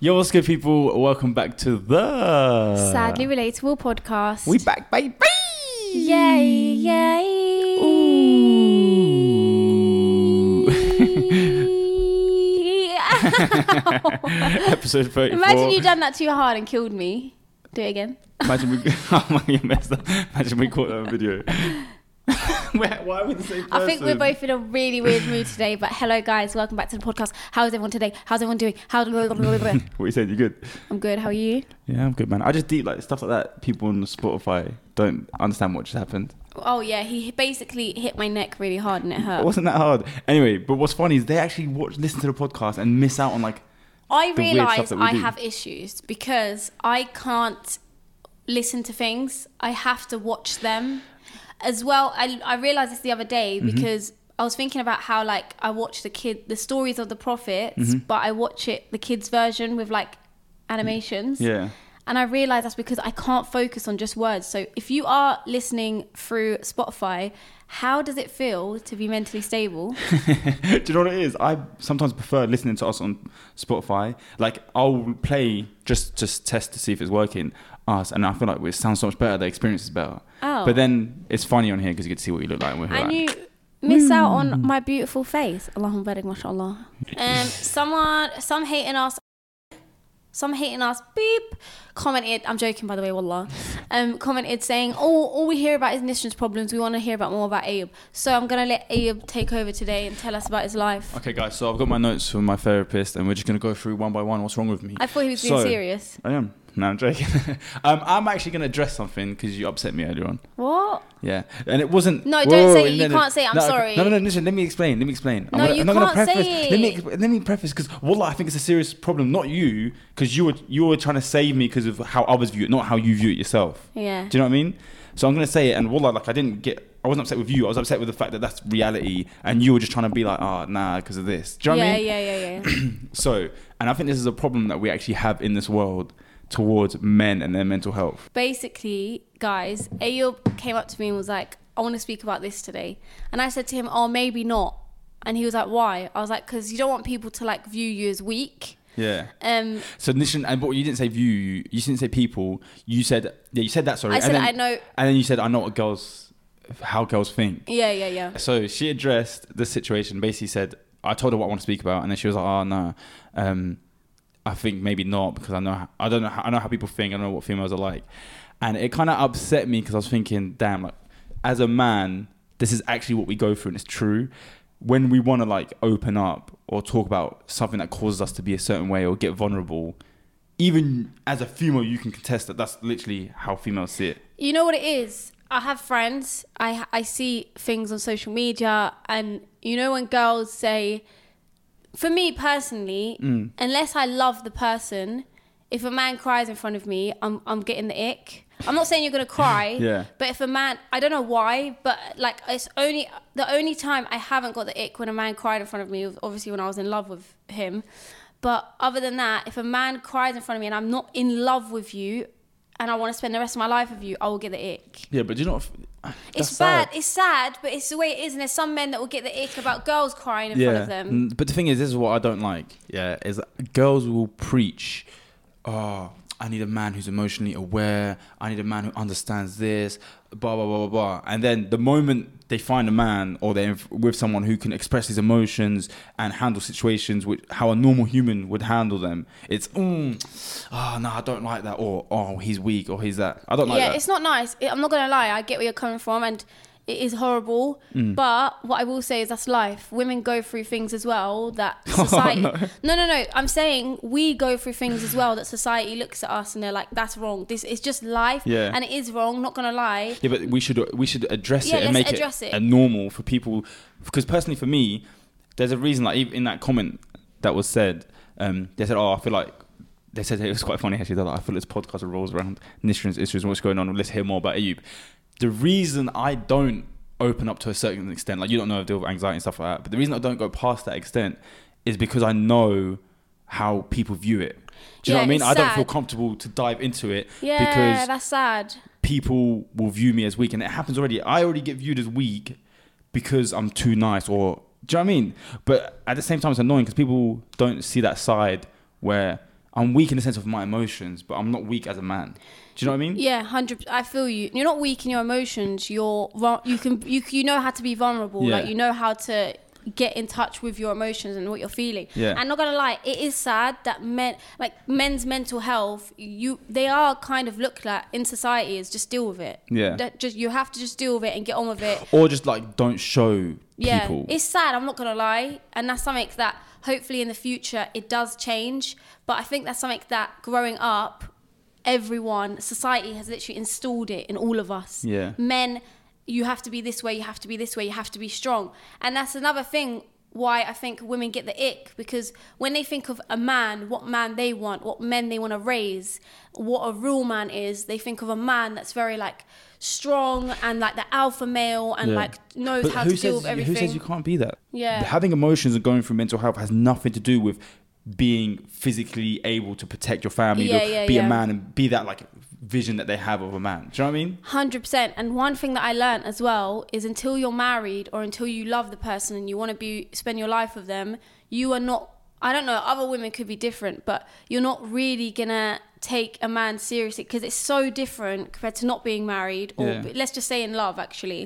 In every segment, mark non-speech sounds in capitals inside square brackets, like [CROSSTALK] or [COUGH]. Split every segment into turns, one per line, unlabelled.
Yo, what's good, people? Welcome back to the
Sadly Relatable podcast.
We back, baby.
Yay, yay.
Ooh. [LAUGHS] Episode thirty-four.
Imagine you done that too hard and killed me. Do it again.
Imagine we. [LAUGHS] oh my, you messed up. Imagine we caught that on video. [LAUGHS] Where, why are we the same person?
I think we're both in a really weird mood today, but hello, guys. Welcome back to the podcast. How is everyone today? How's everyone doing? How?
What you said? You good?
[LAUGHS] I'm good. How
[LAUGHS]
are you?
Yeah, I'm good, man. I just deep like stuff like that. People on Spotify don't understand what just happened.
Oh, yeah. He basically hit my neck really hard and it
It
hurt.
wasn't that hard. Anyway, but what's funny is they actually watch, listen to the podcast, and miss out on like.
I
the weird stuff
realize
that we
I
do.
have issues because I can't listen to things. I have to watch them as well. I I realized this the other day
Mm-hmm.
because I was thinking about how like I watch the kid the stories of the prophets,
Mm-hmm.
but I watch it the kids version with like animations.
Yeah.
And I realize that's because I can't focus on just words. So if you are listening through Spotify, how does it feel to be mentally stable?
[LAUGHS] Do you know what it is? I sometimes prefer listening to us on Spotify. Like I'll play just just test to see if it's working us, and I feel like it sounds so much better. The experience is better.
Oh.
But then it's funny on here because you get to see what you look like. And we're
and
like,
you miss out on
Hmm.
my beautiful face. Allahumma barik, mashallah. Um, someone, some hating us, some hating us, beep, commented, I'm joking by the way, wallah, um, commented saying, oh, all we hear about is Nishan's problems. We want to hear about more about Ayub. So I'm going to let Ayub take over today and tell us about his life.
okay, guys. So I've got my notes from my therapist, and we're just gonna go through one by one. What's wrong with me?
I thought he was being
So-
serious.
I am. No, I'm joking. [LAUGHS] um, I'm actually gonna address something because you upset me earlier on.
What?
Yeah, and it wasn't.
No, don't say it. You can't say it. I'm
no,
sorry.
No, no, no. Listen, let me explain. Let me explain.
No, you can't say
preface. Let me
it.
exp- let me preface because wallah, I think it's a serious problem. Not you, because you were you were trying to save me because of how others view it, not how you view it yourself.
Yeah.
Do you know what I mean? So I'm gonna say it, and wallah, like I didn't get. I wasn't upset with you. I was upset with the fact that that's reality, and you were just trying to be like, ah, nah, because of this. Do you know what I
yeah,
mean?
yeah, yeah, yeah.
So, and I think this is a problem that we actually have in this world towards men and their mental health.
basically, guys, Ayub came up to me and was like, I want to speak about this today. And I said to him, Oh, maybe not. And he was like, Why? I was like, Because you don't want people to like view you as weak.
Yeah.
Um,
So Nishan, and but you didn't say view. You, you didn't say people. You said yeah. You said that. Sorry.
I
and
said
then-
I know-
And then you said I know what girls, how girls think.
yeah, yeah, yeah.
So she addressed the situation. Basically said I told her what I want to speak about, and then she was like, oh no, um, I think maybe not because I know how, I don't know how, I know how people think. I know what females are like, and it kind of upset me because I was thinking, damn, like as a man, this is actually what we go through, and it's true. When we want to like open up or talk about something that causes us to be a certain way or get vulnerable, even as a female, you can contest that that's literally how females see it.
You know what it is? I have friends. I I see things on social media, and you know when girls say, for me personally, unless I love the person, if a man cries in front of me, I'm I'm getting the ick. I'm not saying you're gonna cry,
Yeah.
but if a man, I don't know why, but like it's only the only time I haven't got the ick when a man cried in front of me was obviously when I was in love with him. But other than that, if a man cries in front of me and I'm not in love with you, and I want to spend the rest of my life with you, I will get the ick.
Yeah, but do you not.
It's bad. It's sad, but it's the way it is. And there's some men that will get the ick about girls crying in front of them.
Mm, But the thing is, this is what I don't like. Yeah, is that girls will preach, oh, I need a man who's emotionally aware. I need a man who understands this. Blah blah blah blah blah. And then the moment they find a man or they're inf- with someone who can express his emotions and handle situations which how a normal human would handle them, it's mm, oh no, I don't like that. Or oh, he's weak. Or he's that. I don't like
yeah,
that.
it's not nice. I- I'm not gonna lie. I get where you're coming from, and it is horrible.
Mm.
But what I will say is that's life. Women go through things as well
[LAUGHS]
that society.
Oh, no.
no, no, no. I'm saying we go through things as well that society looks at us and they're like, "That's wrong. This is just life."
Yeah.
and it is wrong. Not gonna lie.
Yeah, but we should we should address
Yeah,
it and
let's
make it,
address it.
a normal for people. Because personally, for me, there's a reason. Like even in that comment that was said, um, they said, "Oh, I feel like." They said it was quite funny actually. They're like, "I feel this podcast rolls around Nishran's issues and what's going on. Let's hear more about Ayub." The reason I don't open up to a certain extent, like you don't know, I deal with anxiety and stuff like that. But the reason I don't go past that extent is because I know how people view it. Do you know
Yeah,
what I mean?
it's
I don't feel
sad.
comfortable to dive into it
Yeah,
because
that's sad.
people will view me as weak, and it happens already. I already get viewed as weak because I'm too nice, or do you know what I mean? But at the same time, it's annoying because people don't see that side where I'm weak in the sense of my emotions, but I'm not weak as a man. Do you know what I mean?
Yeah, hundred. I feel you. You're not weak in your emotions. You're vul- you can you you know how to be vulnerable.
Yeah.
Like you know how to get in touch with your emotions and what you're feeling.
Yeah.
And not gonna lie, it is sad that men like men's mental health. You they are kind of looked at in society as just deal with it.
Yeah.
That just you have to just deal with it and get on with it.
Or just like don't show
Yeah,
people.
it's sad. I'm not gonna lie, and that's something that hopefully in the future it does change. But I think that's something that growing up, everyone, society has literally installed it in all of us.
Yeah.
men, you have to be this way. You have to be this way. You have to be strong, and that's another thing why I think women get the ick because when they think of a man, what man they want, what men they want to raise, what a real man is, they think of a man that's very like strong and like the alpha male and
Yeah.
like knows
But
how
who
to deal
says-
with everything.
Who says you can't be that?
Yeah.
Having emotions and going through mental health has nothing to do with being physically able to protect your family,
Yeah,
to
yeah,
be
yeah.
a man and be that like vision that they have of a man. Do you know what I mean?
Hundred percent. And one thing that I learned as well is until you're married or until you love the person and you want to be spend your life with them, you are not. I don't know. Other women could be different, but you're not really gonna take a man seriously because it's so different compared to not being married or
Yeah.
let's just say in love actually.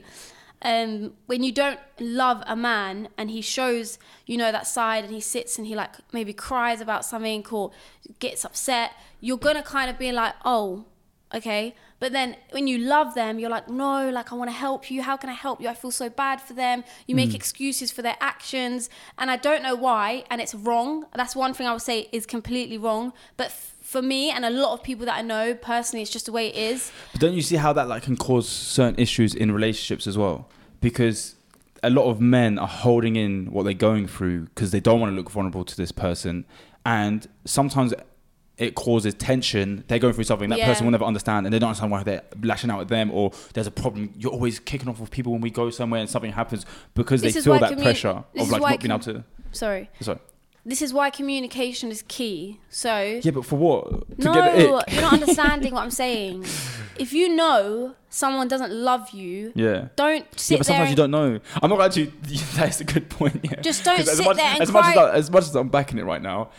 Um, when you don't love a man and he shows you know that side and he sits and he like maybe cries about something or gets upset, you're gonna kind of be like, oh, okay but then when you love them you're like no like i want to help you how can i help you i feel so bad for them you make excuses for their actions and i don't know why and it's wrong that's one thing i would say is completely wrong but f- for me and a lot of people that i know personally it's just the way it is
But don't you see how that like can cause certain issues in relationships as well? Because a lot of men are holding in what they're going through because they don't want to look vulnerable to this person, and sometimes it causes tension. They're going through something that
Yeah.
person will never understand, and they don't understand why they're lashing out at them, or there's a problem. You're always kicking off with people when we go somewhere and something happens because
This
they
is
feel
why
that
commu-
pressure
this
of
is
like
why
not being able
com-
to.
sorry
Sorry.
this is why communication is key so
Yeah, but for what? To
no
get the ick?
you're not understanding what i'm saying if you know someone doesn't love you
[LAUGHS] Yeah.
don't sit
yeah, but
there
sometimes
and-
you don't know. I'm not actually. [LAUGHS] That's a good point. Yeah.
Just don't
'Cause as
sit
much,
there and
as much as,
cry.
I, as much as I'm backing it right now,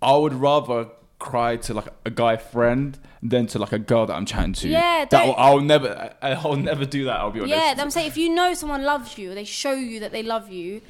I would rather cry to like a guy friend than to like a girl that I'm chatting to.
Yeah,
that
don't-
will, I'll never. I- I'll never do that. I'll be honest.
Yeah, I'm saying if you know someone loves you, they show you that they love you,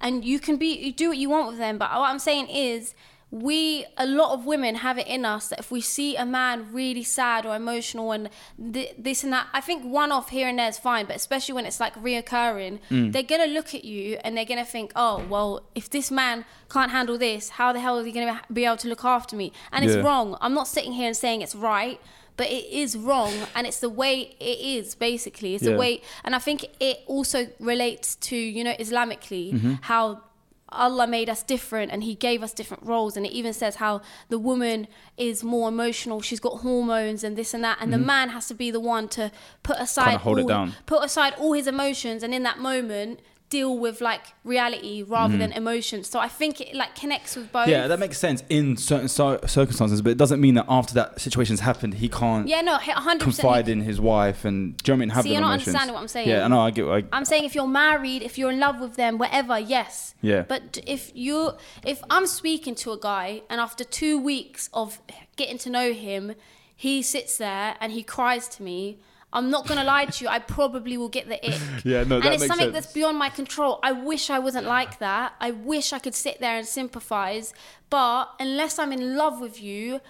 and you can be you do what you want with them. But what I'm saying is, we a lot of women have it in us that if we see a man really sad or emotional and th- this and that, I think one off here and there is fine, but especially when it's like reoccurring,
Mm.
they're gonna look at you and they're gonna think, oh well, if this man can't handle this, how the hell is he gonna be able to look after me? And it's
Yeah.
wrong. I'm not sitting here and saying it's right. But it is wrong, and it's the way it is. Basically, it's the
Yeah.
way and I think it also relates to, you know, Islamically,
Mm-hmm.
how Allah made us different and He gave us different roles. And it even says how the woman is more emotional, she's got hormones and this and that. And the man has to be the one to put aside
Mm-hmm. hold it
all,
down.
put aside all his emotions and in that moment deal with like reality rather than emotions. So I think it like connects with both.
Mm-hmm. Yeah, that makes sense in certain cir- circumstances, but it doesn't mean that after that situation's happened, he can't
yeah, no, 100%.
confide in his wife and do you know what I mean? Have
See,
them
you're not
emotions.
understanding what I'm saying.
Yeah, I know. I get. What I,
I'm saying if you're married, if you're in love with them, whatever, yes.
Yeah.
But if you, if I'm speaking to a guy and after two weeks of getting to know him, he sits there and he cries to me. I'm not gonna lie to you. I probably will get the ick.
[LAUGHS] Yeah, no, that
and it's
makes
something
sense.
that's beyond my control. I wish I wasn't like that. I wish I could sit there and sympathize. But unless I'm in love with you,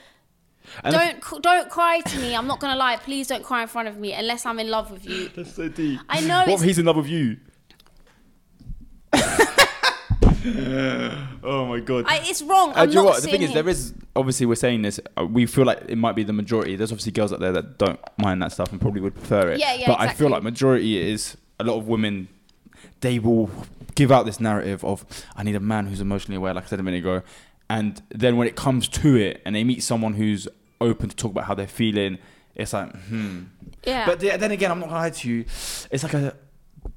and
don't c- don't cry to me. I'm not gonna lie. Please don't cry in front of me unless I'm in love with you.
That's so deep.
I know
What
it's-
if he's in love with [LAUGHS] you? oh my god.
I, it's wrong. I'm
And Uh, do you
not
know what? The
sitting
thing is,
here-
there is obviously we're saying this. uh, We feel like it might be the majority. There's obviously girls out there that don't mind that stuff and probably would prefer it.
Yeah, yeah,
But I
exactly.
feel like majority is a lot of women. They will give out this narrative of I need a man who's emotionally aware, like I said a minute ago, and then when it comes to it, and they meet someone who's open to talk about how they're feeling, it's like, hmm.
Yeah.
But the- then again, I'm not gonna lie to you. It's like a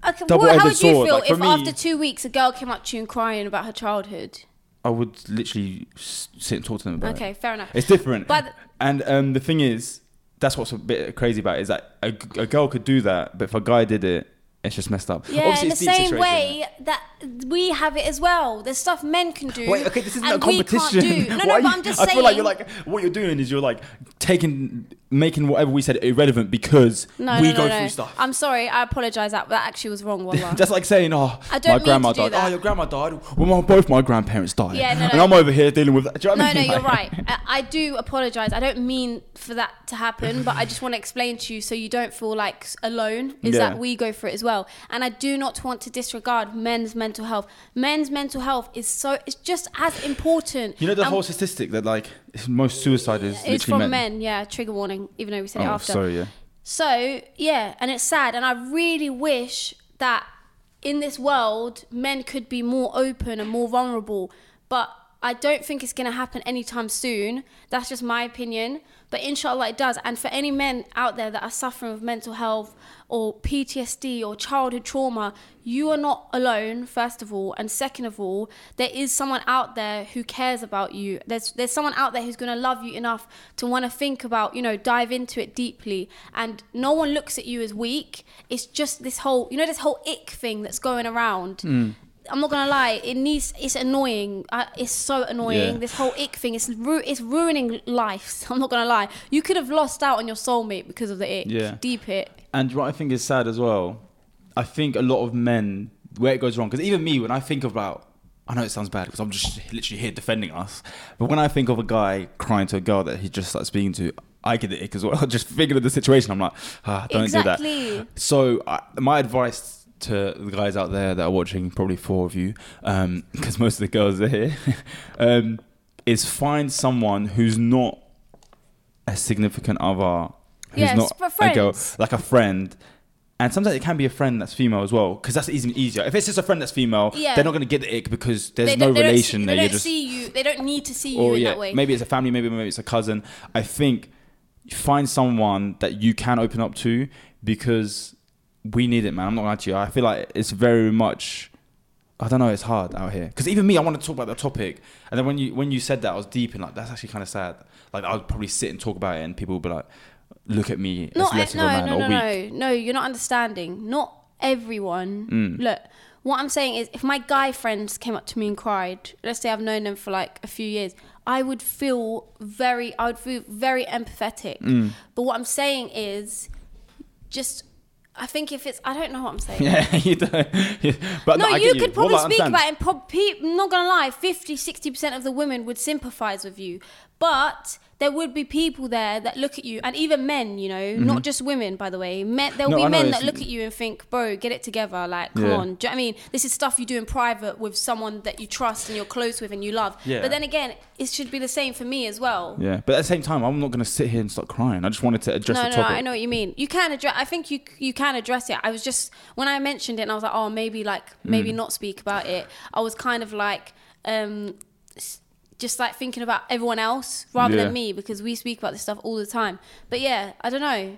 Okay,
double
well, how would
edged
you
sword,
feel
like, for
if
me-
after two weeks a girl came up to you and crying about her childhood?
I would literally s- sit and talk to them about it.
Okay, fair enough.
It's different.
But-
and um, the thing is, that's what's a bit crazy about it, is that a, a girl could do that, but if a guy did it, it's just messed up.
Yeah,
Obviously,
in the
it's deep
same
situation.
way that we have it as well. There's stuff men can do.
Wait, okay, this isn't a
and we can't
competition. [LAUGHS]
do. No,
Why
no,
are
but
you-
I'm just
I
saying.
feel like you're like what you're doing is you're like taking, making whatever we said irrelevant because
no,
we
no, no,
go
no.
through stuff.
I'm sorry. I apologise. That that actually was
[LAUGHS]
wrong. [LAUGHS] Wallah.
That's like saying, oh,
I don't
my
mean
grandma
to do
died.
that.
Oh, your grandma died. Well, my, both my grandparents died.
Yeah, no, no.
And I'm over here dealing with that. Do you know
no,
what
no,
I mean?
you're
Like-
right. I, I do apologise. I don't mean for that to happen, but I just want to explain to you so you don't feel like s- alone. Is
Yeah.
that we go for it as well, and I do not want to disregard men's mental health. Men's mental health is so it's just as important.
You know the
And
whole statistic that like most suicide is
Um, It's
literally
from men, yeah. Trigger warning, even though we said
Oh,
it after.
sorry, yeah.
So, yeah, and it's sad. And I really wish that in this world, men could be more open and more vulnerable. But I don't think it's going to happen anytime soon. That's just my opinion. But inshallah, it does. And for any men out there that are suffering with mental health or PTSD or childhood trauma, you are not alone, first of all. And second of all, there is someone out there who cares about you. There's, there's someone out there who's going to love you enough to want to think about, you know, dive into it deeply. And no one looks at you as weak. It's just this whole, you know, this whole ick thing that's going around.
Hmm.
I'm not gonna lie, it needs. It's annoying. Uh, it's so annoying.
Yeah.
This whole ick thing. It's ru- it's ruining lives. [LAUGHS] I'm not gonna lie. You could have lost out on your soulmate because of the ick.
Yeah.
Deep it.
And what I think is sad as well, I think a lot of men where it goes wrong because even me when I think about, I know it sounds bad because I'm just literally here defending us, but when I think of a guy crying to a girl that he just started speaking to, I get the ick as well. [LAUGHS] just thinking of the situation, I'm like, ah, don't do
Exactly.
that. So I, my advice. To the guys out there that are watching, probably four of you, because [LAUGHS] most of the girls are here, [LAUGHS] um, is find someone who's not a significant other who's
Yes,
not
for
a girl,
friends.
like a friend. And sometimes it can be a friend that's female as well, because that's even easier. If it's just a friend that's female,
Yeah.
they're not going to get the ick because there's
They
no
don't- they don't
relation
see-
there.
They
You're
don't
just,
see you. They don't need to see you
or
in
yeah,
that way.
maybe it's a family, maybe maybe it's a cousin. I think find someone that you can open up to because we need it, man. I'm not going to you. I feel like it's very much. I don't know. It's hard out here because even me, I want to talk about the topic, and then when you when you said that, I was deep and like that's actually kind of sad. Like I would probably sit and talk about it, and people would be like, "Look at me,
No,
as less
e, no,
of a man
no,
or
no,
weak."
no, no. You're not understanding. Not everyone.
Mm.
Look, what I'm saying is, if my guy friends came up to me and cried, let's say I've known them for like a few years, I would feel very, I would feel very empathetic.
Mm.
But what I'm saying is, just, I think if it's, I don't know what I'm
[LAUGHS]
saying.
Yeah, [LAUGHS] you don't. yeah. But
No,
I
you
get
could probably
Wallah, I
speak
understand.
about it. And prob- pe- I'm not gonna lie, 50, 60 percent of the women would sympathise with you, but there would be people there that look at you, and even men, you know, not just women, by the way. Men, there'll
Mm-hmm. No,
be
I know,
men
it's-
that look at you and think, "Bro, get it together." Like, come
Yeah.
on. Do you know what I mean? This is stuff you do in private with someone that you trust and you're close with and you love.
Yeah.
But then again, it should be the same for me as well.
Yeah, but at the same time, I'm not going to sit here and start crying. I just wanted to address
No,
the
no,
topic.
I know what you mean. You can address. I think you you can address it. I was just when I mentioned it, and I was like, oh, maybe like maybe
Mm.
not speak about it. I was kind of like, um, s- just like thinking about everyone else rather
Yeah.
than me because we speak about this stuff all the time. But yeah, I don't know.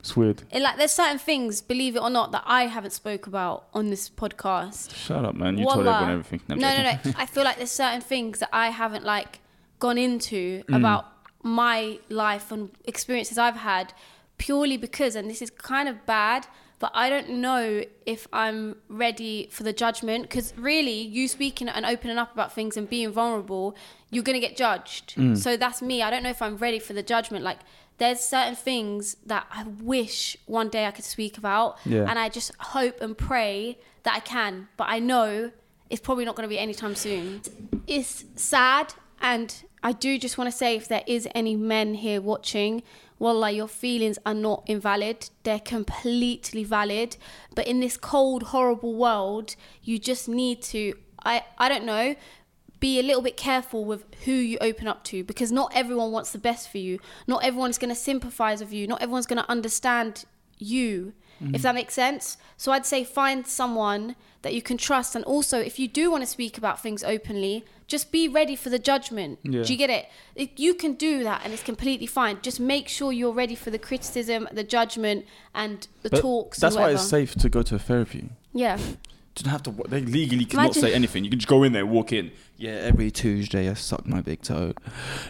It's weird.
It, like, there's certain things, believe it or not, that I haven't spoke about on this podcast.
Shut up, man. You told
Wallah.
everyone everything. I'm
No, no,
joking.
no. I feel like there's certain things that I haven't like gone into
Mm.
about my life and experiences I've had purely because, and this is kind of bad, but I don't know if I'm ready for the judgment because really, you speaking and opening up about things and being vulnerable, you're gonna get judged.
Mm.
So that's me. I don't know if I'm ready for the judgment. Like. There's certain things that I wish one day I could speak about,
Yeah.
and I just hope and pray that I can, but I know it's probably not going to be anytime soon. It's sad, and I do just want to say if there is any men here watching, wallah, your feelings are not invalid. They're completely valid. But in this cold, horrible world, you just need to, I, I don't know, be a little bit careful with who you open up to because not everyone wants the best for you. Not everyone's going to sympathize with you. Not everyone's going to understand you,
Mm-hmm.
if that makes sense. So I'd say find someone that you can trust. And also, if you do want to speak about things openly, just be ready for the judgment.
Yeah.
Do you get it? It- You can do that and it's completely fine. Just make sure you're ready for the criticism, the judgment, and the
But
talks.
That's
and
why
whatever.
it's safe to go to therapy.
Yeah.
don't have to. wa- They legally cannot
Imagine-
say anything. You can just go in there, walk in. Yeah, every Tuesday I suck my big toe.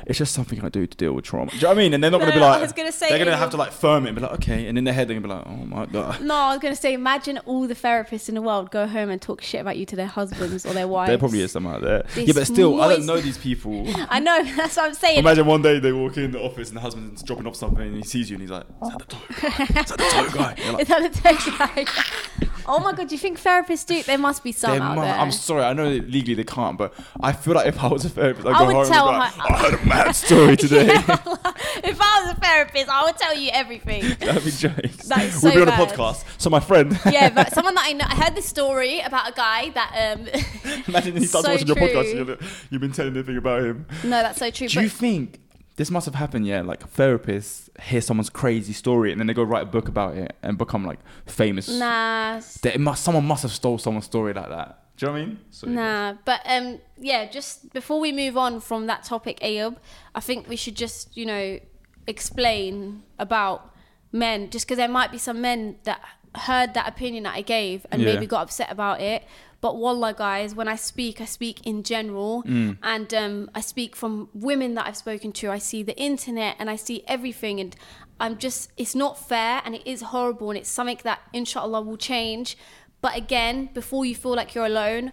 It's just something I do to deal with trauma. Do you know what I mean? And they're not
No,
gonna be
no, I
like.
was gonna say-
they're gonna have to like firm it and be like, okay. And in their head they're gonna be like, oh my god.
No, I was gonna say, imagine all the therapists in the world go home and talk shit about you to their husbands or their wives.
[LAUGHS] There probably is some out there.
This
yeah, but still, I don't
moist-
know these
[LAUGHS]
people.
I know. That's what I'm saying. [LAUGHS]
Imagine one day they walk in the office and the husband's dropping off something and he sees you and he's like, is that the toe guy? Is that the toe guy? And you're like,
Is that a tech guy? oh my god, do you think therapists do? There must be some
They
out
mu-
there.
I'm sorry, I know that legally they can't, but I feel like if I was a therapist, I'd
I
go
would
home and
tell
be like, [LAUGHS]
her-
I heard a mad
[LAUGHS]
story today.
if I was a therapist, I would tell you everything.
[LAUGHS] That'd be jokes.
That is
We'll
so
be on a
bad.
podcast. So my friend,
[LAUGHS] yeah, but someone that I know, I heard this story about a guy that. Um,
[LAUGHS]
[LAUGHS]
imagine he starts
So
watching your podcast.
true.
And you're like, you've been telling everything about him.
no, that's so true.
Do
but
you think this must have happened? Yeah, like therapists hear someone's crazy story and then they go write a book about it and become like famous.
nah,
That it must, someone must have stole someone's story like that. Do you know what I mean? Sorry.
nah. But um, yeah, just before we move on from that topic, Ayub, I think we should just you know explain about men, just because there might be some men that heard that opinion that I gave and
Yeah.
maybe got upset about it. But wallah, guys, when I speak, I speak in general, and um, I speak from women that I've spoken to. I see the internet and I see everything, and I'm just, it's not fair and it is horrible, and it's something that inshallah will change. But again, before you feel like you're alone,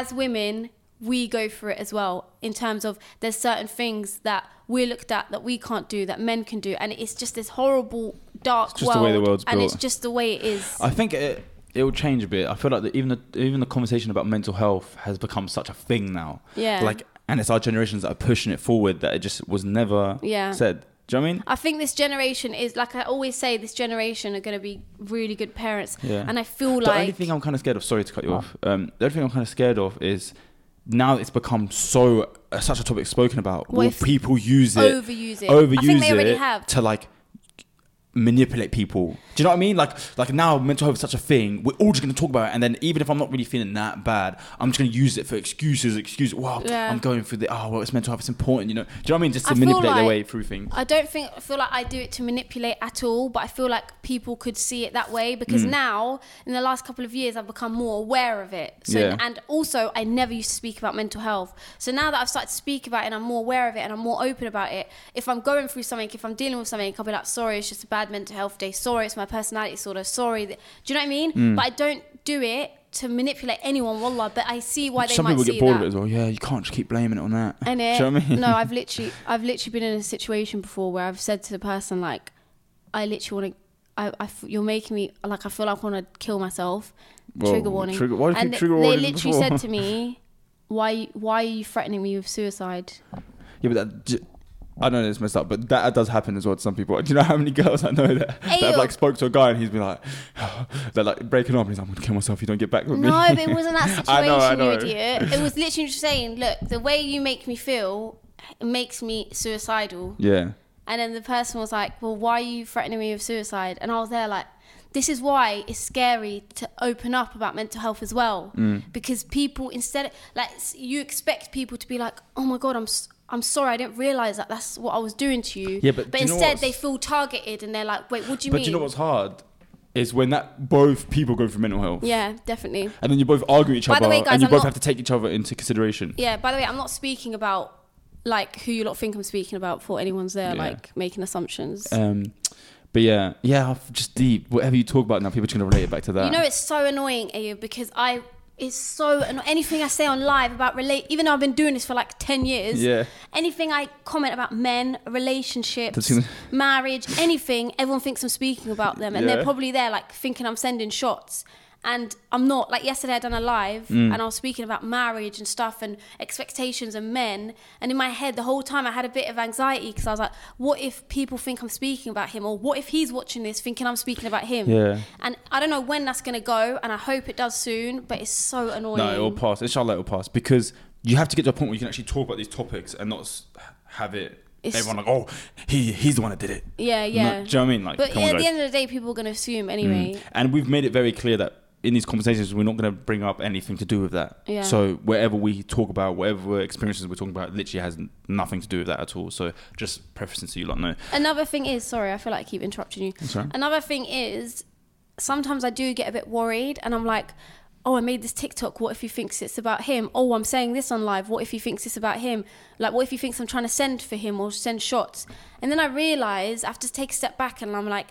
as women, we go for it as well in terms of there's certain things that we're looked at that we can't do that men can do and it's just this horrible dark
just the
world
way the world's
and it's
built.
just the way it is
I think it it will change a bit. I feel like that even the even the conversation about mental health has become such a thing now.
Yeah.
Like, and it's our generations that are pushing it forward that it just was never
Yeah.
said. Do you know what I mean?
I think this generation is like I always say, this generation are going to be really good parents,
Yeah.
and I feel
the only
like Oh.
thing I'm kind of scared of. Sorry to cut you off. Um, the only thing I'm kind of scared of is now it's become so uh, such a topic spoken about.
What
will
if-
people use it?
overuse it.
Overuse
I think they already
it
have.
to like manipulate people. Do you know what I mean? Like, like now mental health is such a thing. We're all just gonna talk about it, and then even if I'm not really feeling that bad, I'm just gonna use it for excuses. Excuses. Wow,
Yeah.
I'm going through the. Oh, well, it's mental health. It's important. You know. Do you know what I mean? Just to
I feel
manipulate their
like-
way through things.
I don't think I feel like I do it to manipulate at all, but I feel like people could see it that way
Mm.
because now in the last couple of years I've become more aware of it. So
Yeah.
and also I never used to speak about mental health. So now that I've started to speak about it and I'm more aware of it and I'm more open about it, if I'm going through something, if I'm dealing with something, I'll be like, sorry, it's just a bad mental health day. Sorry, it's my personality disorder. Sorry. th- Do you know what I mean?
Mm.
But I don't do it to manipulate anyone, wallah, but I see why they
Some
might
people
see
get bored
that.
of it as well. Yeah, you can't just keep blaming it on that.
And
Do
it,
you know what I mean? [LAUGHS]
no, I've literally, I've literally been in a situation before where I've said to the person like, I literally want to, I, I f- you're making me like I feel like I want to kill myself.
Well,
trigger warning.
trigger- why do you
and
keep trigger
they
warning
literally
before?
said to me, why, why are you threatening me
[LAUGHS]
with suicide?
Yeah, but that. j- I know it's messed up, but that does happen as well to some people. [LAUGHS] Do you know how many girls I know that, that have
Ew.
like spoke to a guy and he's been like, [SIGHS] they're like breaking up and he's like, I'm gonna kill myself if you don't get back with me.
No,
[LAUGHS]
but it wasn't that situation,
I know, I know.
you idiot. It was literally just saying, look, the way you make me feel makes me suicidal.
Yeah.
And then the person was like, Well, why are you threatening me with suicide? And I was there like, This is why it's scary to open up about mental health as well.
Mm.
Because people, instead, of, like, s- you expect people to be like, Oh my God, I'm. S- I'm sorry, I didn't realize that that's what I was doing to you.
Yeah, but do you know
instead
what's-
they feel targeted and they're like, "Wait, what do you
But
mean?"
do you know what's hard? Is when that both people go through mental health.
yeah, definitely.
And then you both argue each
By
other
the way, guys,
and you
I'm
both
not-
have to take each other into consideration.
Yeah. By the way, I'm not speaking about like who you lot think I'm speaking about. For anyone's there,
Yeah.
like making assumptions.
Um but yeah, yeah, I've just deep. Whatever you talk about now, people are just gonna relate it back to that.
You know, it's so annoying, Ayu, because I. It's so anno- anything I say on live about relate, even though I've been doing this for like ten years.
Yeah.
Anything I comment about men, relationships,
That's-
marriage, anything, everyone thinks I'm speaking about them, and
Yeah.
they're probably there like thinking I'm sending shots, and I'm not. Like yesterday, I done a live,
Mm.
and I was speaking about marriage and stuff, and expectations and men, and in my head the whole time I had a bit of anxiety because I was like, what if people think I'm speaking about him, or what if he's watching this thinking I'm speaking about him?
Yeah.
And I don't know when that's going to go, and I hope it does soon, but it's so annoying.
No, it will pass. Inshallah, it will pass because you have to get to a point where you can actually talk about these topics and not s- have it.
It's-
everyone like, oh, he he's the one that did it.
yeah,
No,
yeah.
do you know what I mean? Like,
but
come
yeah,
on,
at the
guys. Mm.
end of the day, people are going to assume anyway.
and we've made it very clear that in these conversations, we're not going to bring up anything to do with that.
Yeah.
So whatever we talk about, whatever experiences we're talking about, literally has n- nothing to do with that at all. So just prefacing so you lot know.
Another thing is, sorry, I feel like I keep interrupting you.
That's all right.
Another thing is, sometimes I do get a bit worried, and I'm like, oh, I made this TikTok. What if he thinks it's about him? Oh, I'm saying this on live. What if he thinks it's about him? Like, what if he thinks I'm trying to send for him or send shots? And then I realize I have to take a step back and I'm like,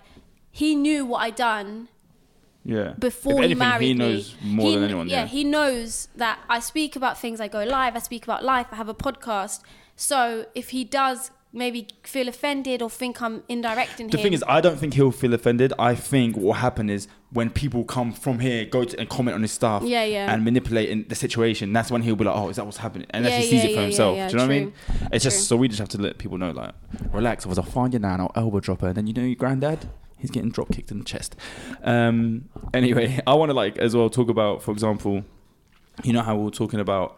he knew what I done
Yeah.
before
If
he
anything,
married
he knows
me.
more
He
than
kn-
anyone.
Yeah, he knows that I speak about things. I go live. I speak about life. I have a podcast. So if he does maybe feel offended or think I'm indirecting
The
him,
thing is, I don't think he'll feel offended. I think what happened is when people come from here, go to, and comment on his stuff,
Yeah, yeah.
and manipulate in the situation. That's when he'll be like, "Oh, is that what's happening?" Unless
Yeah,
he sees
yeah,
it for
yeah,
himself.
yeah,
Do you know what
yeah,
I mean? It's
True.
just so we just have to let people know, like, relax. Otherwise, I'll find you now and I'll elbow drop her, and then you know your granddad. He's getting drop kicked in the chest. Um, anyway, [LAUGHS] I want to like as well talk about, for example, you know how we were talking about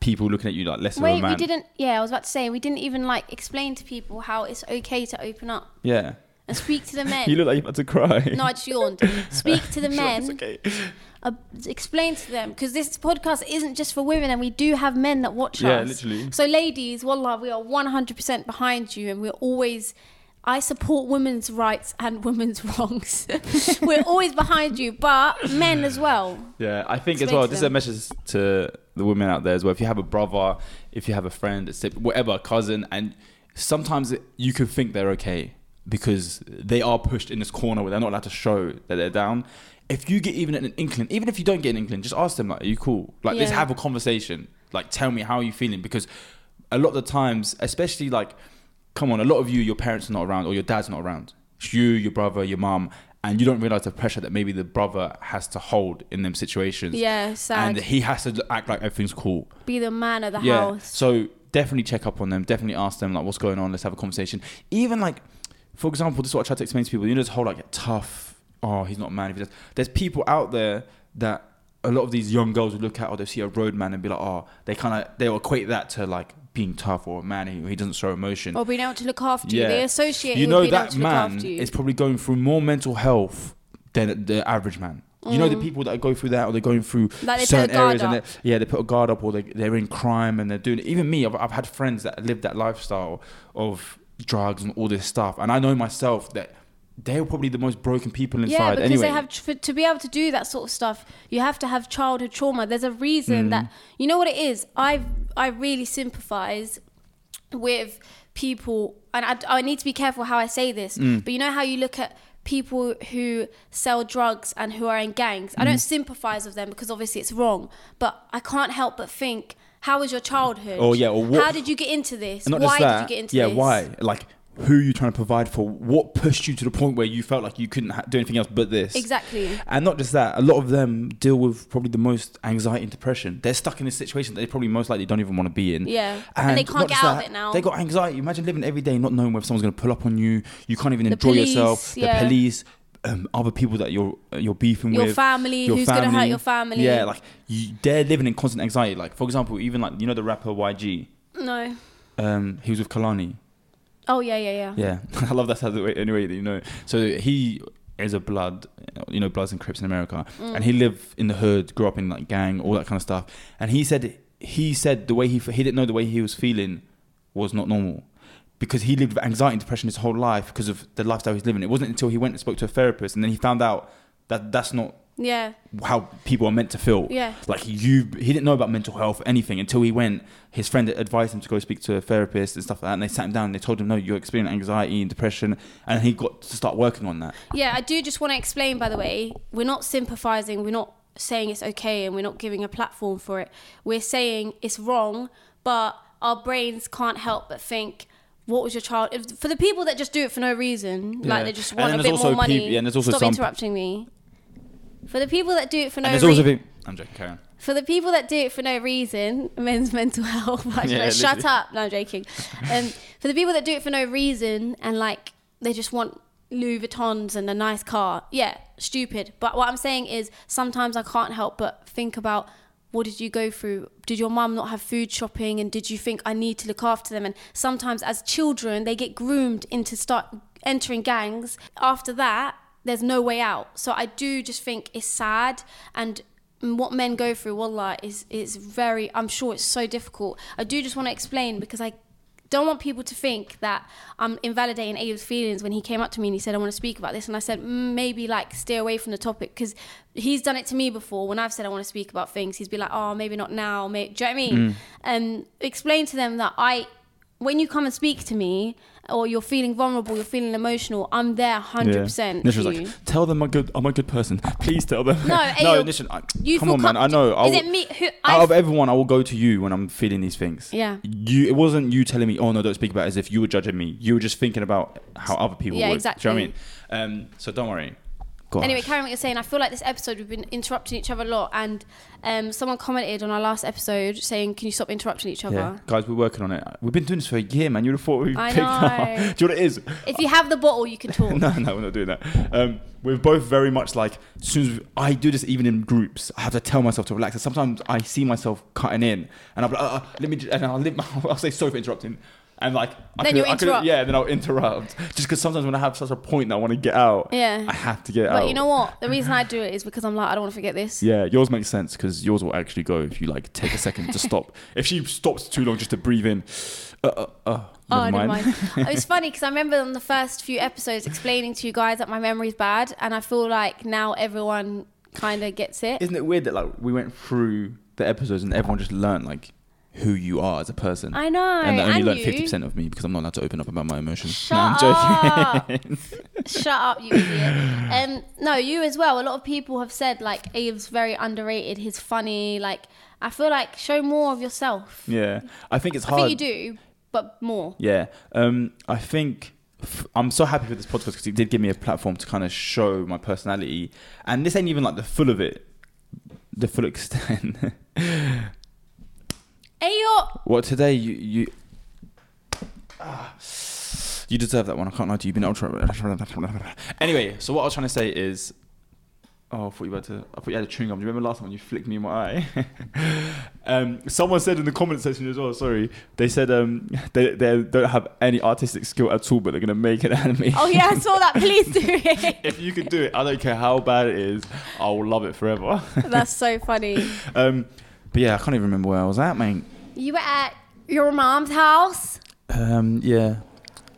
people looking at you like less of
wait,
a man.
we didn't. Yeah, I was about to say we didn't even like explain to people how it's okay to open up
Yeah,
and speak to
[LAUGHS]
the men.
you look like you're about to cry.
no, I just yawned. Speak to
[LAUGHS]
the
Sure, it's
men.
okay.
uh, explain to them because this podcast isn't just for women and we do have men that watch
Yeah,
us.
literally.
So, ladies, wallah, we are 100% behind you and we're always. I support women's rights and [LAUGHS] women's wrongs. [LAUGHS] we're always behind you, but men as well.
Yeah, I think as
Explain
well.
to
This is a
them.
message to the women out there as well. If you have a brother, if you have a friend, it's- whatever, cousin, and sometimes it- you can think they're okay because they are pushed in this corner where they're not allowed to show that they're down. If you get even an inkling, even if you don't get an inkling, just ask them like, "Are you cool?" Like, let's
Yeah.
have a conversation. Like, tell me how are you feeling because a lot of the times, especially like, come on, a lot of you, your parents are not around or your dad's not around. It's you, your brother, your mum, and you don't realize the pressure that maybe the brother has to hold in them situations.
Yeah, sad.
And he has to act like everything's cool.
Be the man of the house.
So definitely check up on them. Definitely ask them like what's going on. Let's have a conversation. Even like, for example, this is what I try to explain to people. You know, this whole like tough. Oh, he's not a man. If he does. There's people out there that a lot of these young girls will look at or they see a roadman and be like, oh, they kind of they'll equate that to like being tough or a man who he doesn't show emotion.
Or being able to look after you. They associate
You
with
know
being able
that
to look
man
after you.
is probably going through more mental health than the average man. You know the people that go through that, or they're going through
Like Mm. they put
certain
a guard
areas, and they- yeah, they put a guard up, or they, they're in crime, and they're doing. Even me, I've, I've had friends that live that lifestyle of drugs and all this stuff, and I know myself that they're probably the most broken people inside.
Yeah, because
anyway,
they have tr- to be able to do that sort of stuff. You have to have childhood trauma. There's a
Mm.
reason that you know what it is. I I really sympathize with people, and I, I need to be careful how I say this.
Mm.
But you know how you look at people who sell drugs and who are in gangs. I don't
Mm.
sympathize with them because obviously it's wrong. But I can't help but think. How was your childhood?
Oh, yeah, or what-
how did you get into this?
And not
why
just that,
did you get into
yeah,
this?
why? Like, who are you trying to provide for? What pushed you to the point where you felt like you couldn't ha- do anything else but this?
Exactly.
And not just that, a lot of them deal with probably the most anxiety and depression. They're stuck in this situation that they probably most likely don't even want to be in.
Yeah. And they can't
not
get
just
out of it now.
They got anxiety. Imagine living every day not knowing whether someone's going to pull up on you. You can't even enjoy
police,
yourself. The
yeah.
police. Um, other people that you're uh, you're beefing
Your
with,
family, who's gonna hurt your family.
Yeah, like you, they're living in constant anxiety. Like for example, even like you know the rapper YG,
No.
um, he was with Kalani.
Oh yeah, yeah, yeah.
Yeah, [LAUGHS] I love that. Way, anyway, that you know, so he is a blood, you know, bloods and Crips in America, and he lived in the hood, grew up in like gang, all that kind of stuff. And he said he said the way he he didn't know the way he was feeling was not normal because he lived with anxiety and depression his whole life because of the lifestyle he's living. It wasn't until he went and spoke to a therapist, and then he found out that that's not
yeah.
how people are meant to feel.
Yeah.
Like you, he didn't know about mental health, anything until he went. His friend advised him to go speak to a therapist and stuff like that. And they sat him down and they told him, no, you're experiencing anxiety and depression. And he got to start working on that.
Yeah, I do just want to explain, by the way, we're not sympathizing, we're not saying it's okay, and we're not giving a platform for it. We're saying it's wrong, but our brains can't help but think, what was your child? If, for the people that just do it for no reason,
Yeah.
like they just
And
want
then
a
there's
bit more
also
money.
peop- yeah, and there's also
Stop
some-
interrupting me. For the people that do it for no
and there's
reason,
also been. I'm joking, Karen.
for the people that do it for no reason, men's mental [LAUGHS] health. Like,
Yeah,
like, shut
literally.
up. No, I'm joking. Um, for the people that do it for no reason and like they just want Louis Vuittons and a nice car. Yeah, stupid. But what I'm saying is sometimes I can't help but think about what did you go through? Did your mum not have food shopping? And did you think I need to look after them? And sometimes as children, they get groomed into start entering gangs. After that, there's no way out. So I do just think it's sad and what men go through, wallah, is is very. I'm sure it's so difficult. I do just want to explain because I don't want people to think that I'm invalidating Abe's feelings when he came up to me and he said, I want to speak about this. And I said, "Mm, maybe like stay away from the topic because he's done it to me before when I've said I want to speak about things. He's been like, oh, maybe not now. Maybe, do you know what I mean?
Mm.
And explain to them that I, when you come and speak to me or you're feeling vulnerable, you're feeling emotional, I'm there 100%
Nisha was
for you.
like, "Tell them I'm good. I'm a good person. [LAUGHS] Please tell them."
No,
no,
Ayo,
Nisha. I,
you
come
feel
on, man. I
comf-
know. I
Is
will-
it me? Who,
out of
I,
everyone, I will go to you when I'm feeling these things.
Yeah.
You. It wasn't you telling me, "Oh no, don't speak about." It, as if you were judging me. You were just thinking about how other people.
Yeah,
would.
exactly.
Do you know what I mean? Um. So don't worry. Gosh.
anyway, carrying what you're saying, I feel like this episode we've been interrupting each other a lot. And um, someone commented on our last episode saying, can you stop interrupting each other?
yeah, guys, we're working on it. We've been doing this for a year, man. You'd have thought we
Uh-huh. I
picked
know.
up. [LAUGHS] Do you know what it is?
If you have the bottle, you can
[LAUGHS]
talk.
no, no, we're not doing that. Um, we're both very much like, as soon as I do this, even in groups, I have to tell myself to relax. And sometimes I see myself cutting in, and I'm like, uh, uh, let me, ju- and I'll, lim- [LAUGHS] I'll say sorry for interrupting. And like, I
Then
could-
you'll
I could-
interrupt.
yeah, then I'll interrupt. Just because sometimes when I have such a point that I want to get out,
Yeah.
I have to get out.
But you know what? The reason I do it is because I'm like, I don't want to forget this.
Yeah, yours makes sense because yours will actually go if you like take a second to
[LAUGHS]
stop. If she stops too long just to breathe in, uh, uh, uh,
Oh,
never mind.
it was funny because I remember on the first few episodes explaining to you guys that my memory's bad, and I feel like now everyone kind of gets it.
Isn't it weird that like we went through the episodes and everyone just learned like who you are as a person?
I know.
and I only learned
you.
fifty percent of me because I'm not allowed to open up about my emotions. [LAUGHS]
Shut
no, I'm
up.
joking. [LAUGHS]
Shut up, you idiot. Um, no, you as well. A lot of people have said like Abe's very underrated. He's funny. Like I feel like show more of yourself.
yeah, I think it's
I
hard.
think you do, but more.
Yeah, um, I think f- I'm so happy with this podcast because it did give me a platform to kind of show my personality, and this ain't even like the full of it, the full extent. [LAUGHS]
Ayo,
Well, today you you Ah. you deserve that one. I can't lie to you. You've been ultra. Anyway, so what I was trying to say is, oh, I thought you were to. I thought you had a chewing gum. Do you remember last time when you flicked me in my eye? [LAUGHS] um, someone said in the comment section as well. Sorry, they said um, they they don't have any artistic skill at all, but they're gonna make an [LAUGHS] anime.
oh yeah, I saw that. Please do
[LAUGHS]
it. [LAUGHS]
If you could do it, I don't care how bad it is. I will love it forever. [LAUGHS]
That's so funny.
um, but yeah, I can't even remember where I was at, mate.
You were at your mom's house.
Um, yeah.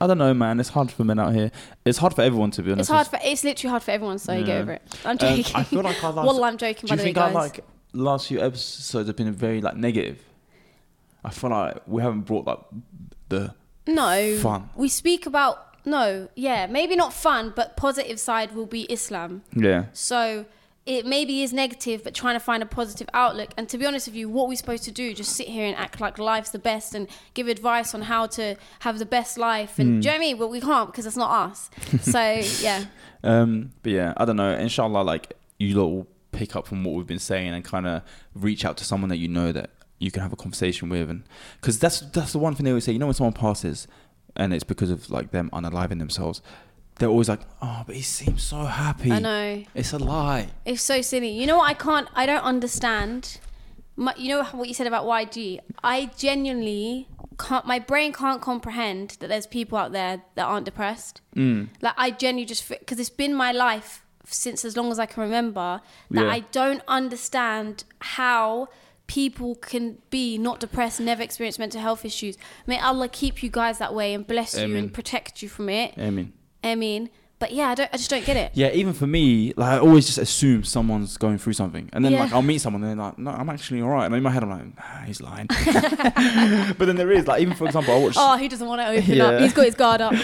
I don't know, man. It's hard for men out here. It's hard for everyone, to be honest.
It's hard for it's literally hard for everyone, so you
Yeah.
get over it. I'm
Um,
joking.
I feel
[LAUGHS]
like I like.
Wallah, I'm joking.
do
By
you
the way,
think I
guys.
like last few episodes have been very like negative? I feel like we haven't brought like the
no,
fun.
we speak about no, yeah, maybe not fun, but positive side will be Islam.
yeah.
So it maybe is negative, but trying to find a positive outlook. And to be honest with you, what we're supposed to do, just sit here and act like life's the best and give advice on how to have the best life. And do you know what I mean? But we can't because it's not us. So yeah,
Um, but yeah, I don't know. Inshallah, like you lot will pick up from what we've been saying and kind of reach out to someone that you know that you can have a conversation with, and because that's that's the one thing they always say. You know, when someone passes, and it's because of like them unaliving themselves, they're always like, "Oh, but he seems so happy."
I know.
It's a lie.
It's so silly. You know what? I can't. I don't understand. My, you know what you said about YG. I genuinely can't. My brain can't comprehend that there's people out there that aren't depressed.
Mm.
Like I genuinely just because it's been my life since as long as I can remember that
Yeah.
I don't understand how people can be not depressed, never experience mental health issues. May Allah keep you guys that way and bless you
Ameen.
and protect you from it.
I mean,
I mean, but yeah, I don't. I just don't get it.
yeah, even for me, like I always just assume someone's going through something, and then
Yeah.
like I'll meet someone, and they're like, "No, I'm actually alright," and in my head I'm like, nah, "He's
[LAUGHS]
lying." [LAUGHS] but then there is like, even for example, I watch.
Oh, he doesn't want to open
Yeah.
up. He's got his
[LAUGHS]
guard up.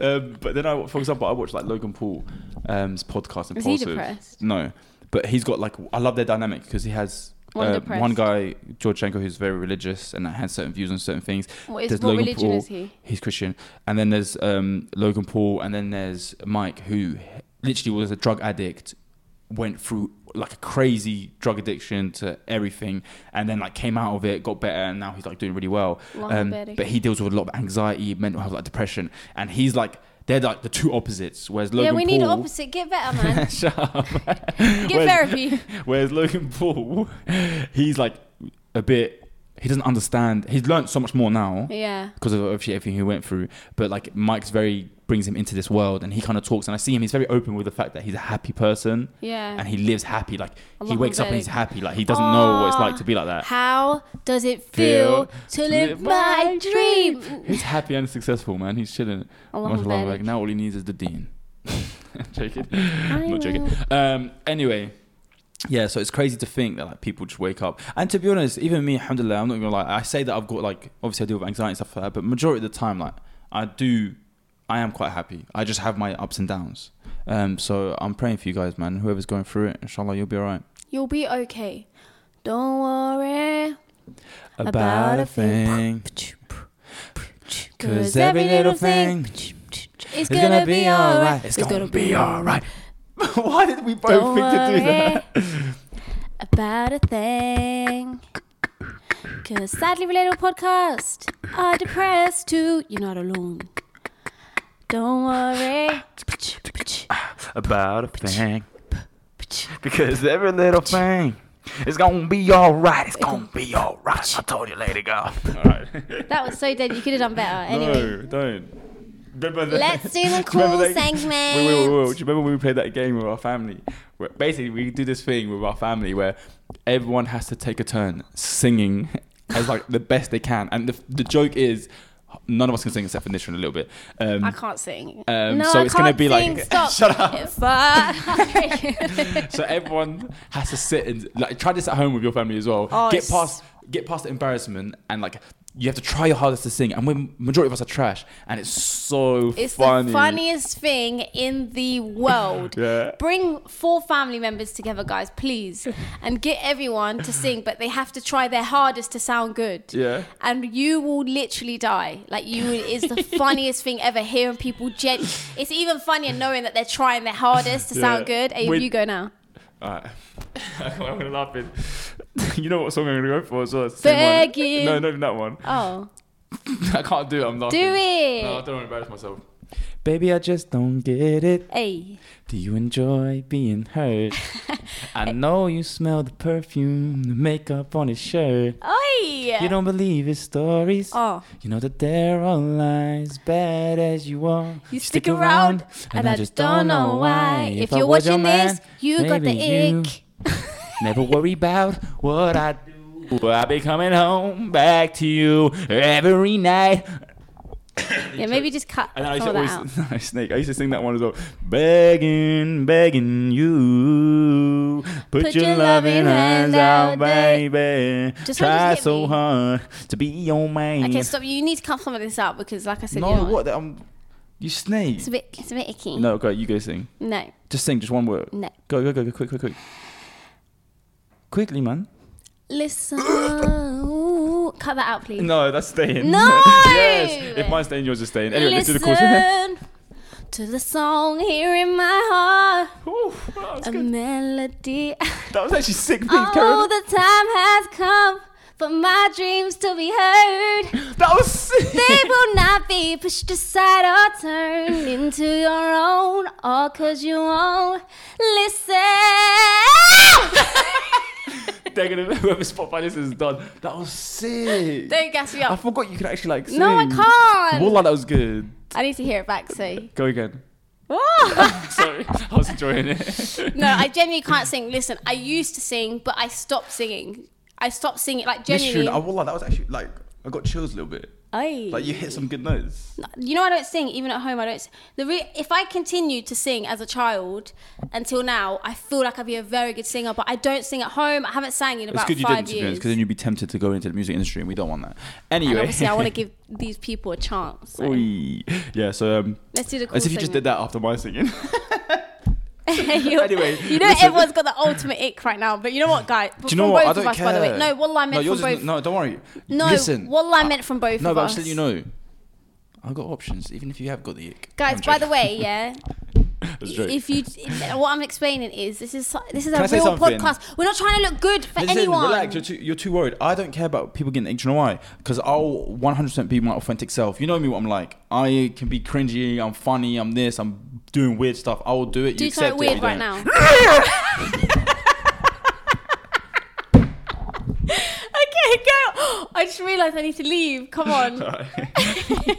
Um, but then I, for example, I watch like Logan Paul's um, podcast.
Is he
Impulsive.
depressed?
No, but he's got like I love their dynamic because he has.
One
uh,
depressed.
one guy, George Jenko, who's very religious and has certain views on certain things.
What, is,
There's
what
Logan
religion
Paul.
is he?
He's Christian. And then there's um, Logan Paul, and then there's Mike, who literally was a drug addict, went through like a crazy drug addiction to everything, and then like came out of it, got better, and now he's like doing really well.
Lionel
Um,
Berry.
but he deals with a lot of anxiety, mental health, like depression, and he's like they're like the two opposites. Whereas Logan
yeah, we need
Paul,
opposite. Get better,
[LAUGHS]
man.
Shut up.
[LAUGHS]
Whereas- [LAUGHS]
Get therapy.
Whereas Logan Paul, he's like a bit. He doesn't understand. He's learned so much more now
Yeah.
because of obviously everything he went through. But like Mike's very brings him into this world and he kind of talks and I see him he's very open with the fact that he's a happy person
Yeah.
and he lives happy like he
Allahu
wakes up and he's
Akbar.
happy like he doesn't know what it's like
Ah.
to be like that
How does it feel to live my dream?
he's happy and successful man he's chilling
Allahu
Mashallah,
Akbar.
like, now all he needs is the dean [LAUGHS] joking
I
not joking um anyway yeah so it's crazy to think that like people just wake up and to be honest even me alhamdulillah i'm not gonna lie i say that i've got like obviously i deal with anxiety and stuff like that but majority of the time like i do i am quite happy i just have my ups and downs um so i'm praying for you guys man whoever's going through it inshallah you'll be all right
You'll be okay. Don't worry.
about,
About
a
a thing.
thing cause every little thing
is
is gonna be all
alright.
right it's gonna be all right [LAUGHS] why did we both think to do that
about a thing. Cause sadly related podcast are depressed too. You're not alone. Don't worry.
[LAUGHS] about a thing. Because every little thing is gonna be alright. It's gonna be alright. I told you, lady girl. [LAUGHS] Alright.
That was so dead. You could have done better. Anyway.
No, don't. Remember the, [LAUGHS]
Let's do the
Do you remember that- Wait, wait,
cool
wait, wait.
segment.
Do you remember when we played that game with our family? Where basically, we do this thing with our family where everyone has to take a turn singing [LAUGHS] as like the best they can. And the, the joke is, none of us can sing except for Nishan a little bit. Um,
I can't sing.
Um,
no,
so
I
it's gonna
can't
be [LAUGHS]
sing.
like-
Stop.
Shut up.
It's
[LAUGHS]
fine.
so everyone has to sit and like try this at home with your family as well.
Oh,
get
it's-
past get past the embarrassment and like you have to try your hardest to sing. And when majority of us are trash, and it's so
It's
funny.
the funniest thing in the
[LAUGHS]
world.
Yeah.
Bring four family members together, guys, please, and get everyone to sing, but they have to try their hardest to sound good.
Yeah.
And you will literally die. Like you is the
[LAUGHS]
funniest thing ever. Hearing people gen, it's even funnier knowing that they're trying their hardest to
Yeah.
sound good. Hey,
With-
you go now.
Alright. [LAUGHS] I'm gonna laugh it. [LAUGHS] You know what song I'm gonna go for as well? It's the same
Beg
one.
you.
No, no, that one. [LAUGHS]
Oh,
I can't do it. I'm laughing.
do it.
No, I don't want to embarrass myself. Baby, I just don't get it.
Hey,
Do you enjoy being
[LAUGHS]
hurt? I know you smell the perfume, the makeup on his shirt.
oi.
You don't believe his stories.
Oh,
You know that they're all lies, bad as you are.
you stick, around, and I just don't know why. If, you're watching this, you got the ick. [LAUGHS]
Never worry about what I do. I'll be coming home back to you every night.
Yeah, maybe just cut
And I
all
used
that
to
out.
[LAUGHS] always no, snake. I used to sing that one as well. Begging, begging you, put, your, loving hands out, baby.
Just one
Try
just hit
so
me.
hard to be your man.
Okay, stop. You need to cut some of this out because, like I said,
no,
you're not-
what? I'm, you snake.
It's a bit, it's a bit icky.
No, go. You go sing.
no,
Just sing. Just one word.
no.
Go, go, go, go, quick, quick, quick. Quickly, man.
Listen, Ooh, cut that out, please.
No, that's staying.
No!
[LAUGHS] yes. If mine's staying, yours is staying. Anyway,
Listen
let's do the
to the song here in my heart,
course. Ooh, that was
a
good.
melody.
That was actually sick, please,
Um, [LAUGHS] oh, the time has come for my dreams to be
[LAUGHS]
heard.
That was sick.
They will not be pushed aside or turned into your own, all cause you won't listen.
[LAUGHS] They're gonna whoever Spotify this is done. That was sick.
Don't gas me
I
up.
forgot you could actually like sing.
No, I can't.
Wallah, that was good.
I need to hear it back, so.
Go again.
Oh.
[LAUGHS] Sorry, I was enjoying
[LAUGHS]
it.
no, I genuinely can't sing. Listen, I used to sing, but I stopped singing. I stopped singing, like genuinely.
I Oh, wallah, that was actually like I got chills a little bit.
Aye.
Like you hit some good notes.
you know I don't sing even at home. I don't. s- The re- if I continued to sing as a child until now, I feel like I'd be a very good singer. But I don't sing at home. I haven't sang in about five years.
because then you'd be tempted to go into the music industry, and we don't want that. Anyway,
and obviously,
[LAUGHS]
I want to give these people a chance. so.
Oi. Yeah, so um,
Let's do the cool
as if you just
[LAUGHS]
did that [LAUGHS] after my singing.
you
Anyway,
you know
listen.
everyone's got the ultimate ick right now. But you know what, guy?
Do you know what? I don't
of us,
care.
by the way. No, wallah, I
no,
meant
yours
from
is-
both.
No, don't worry.
No,
Listen.
wallah, I meant from both
No,
of
but I'm
us.
just letting you know. I've got options, even if you have got the ick.
Guys,
I'm
by the
joking.
way, yeah,
That's a joke.
if you, if- what I'm explaining is this is this is
Can I
a
say
real
something?
podcast. We're not trying to look good for
Listen,
anyone.
Relax, you're
[LAUGHS]
too, you're too worried. I don't care about people getting ick. Do you know why? Because I'll 100% be my authentic self. You know me, what I'm like. I can be cringy, I'm funny, I'm this, I'm doing weird stuff. I will do it.
Do
you
something
accept it.
weird
you
right
don't.
now.
[LAUGHS]
[GASPS]
[LAUGHS]
okay, go. I just realised I need to leave. Come on. okay,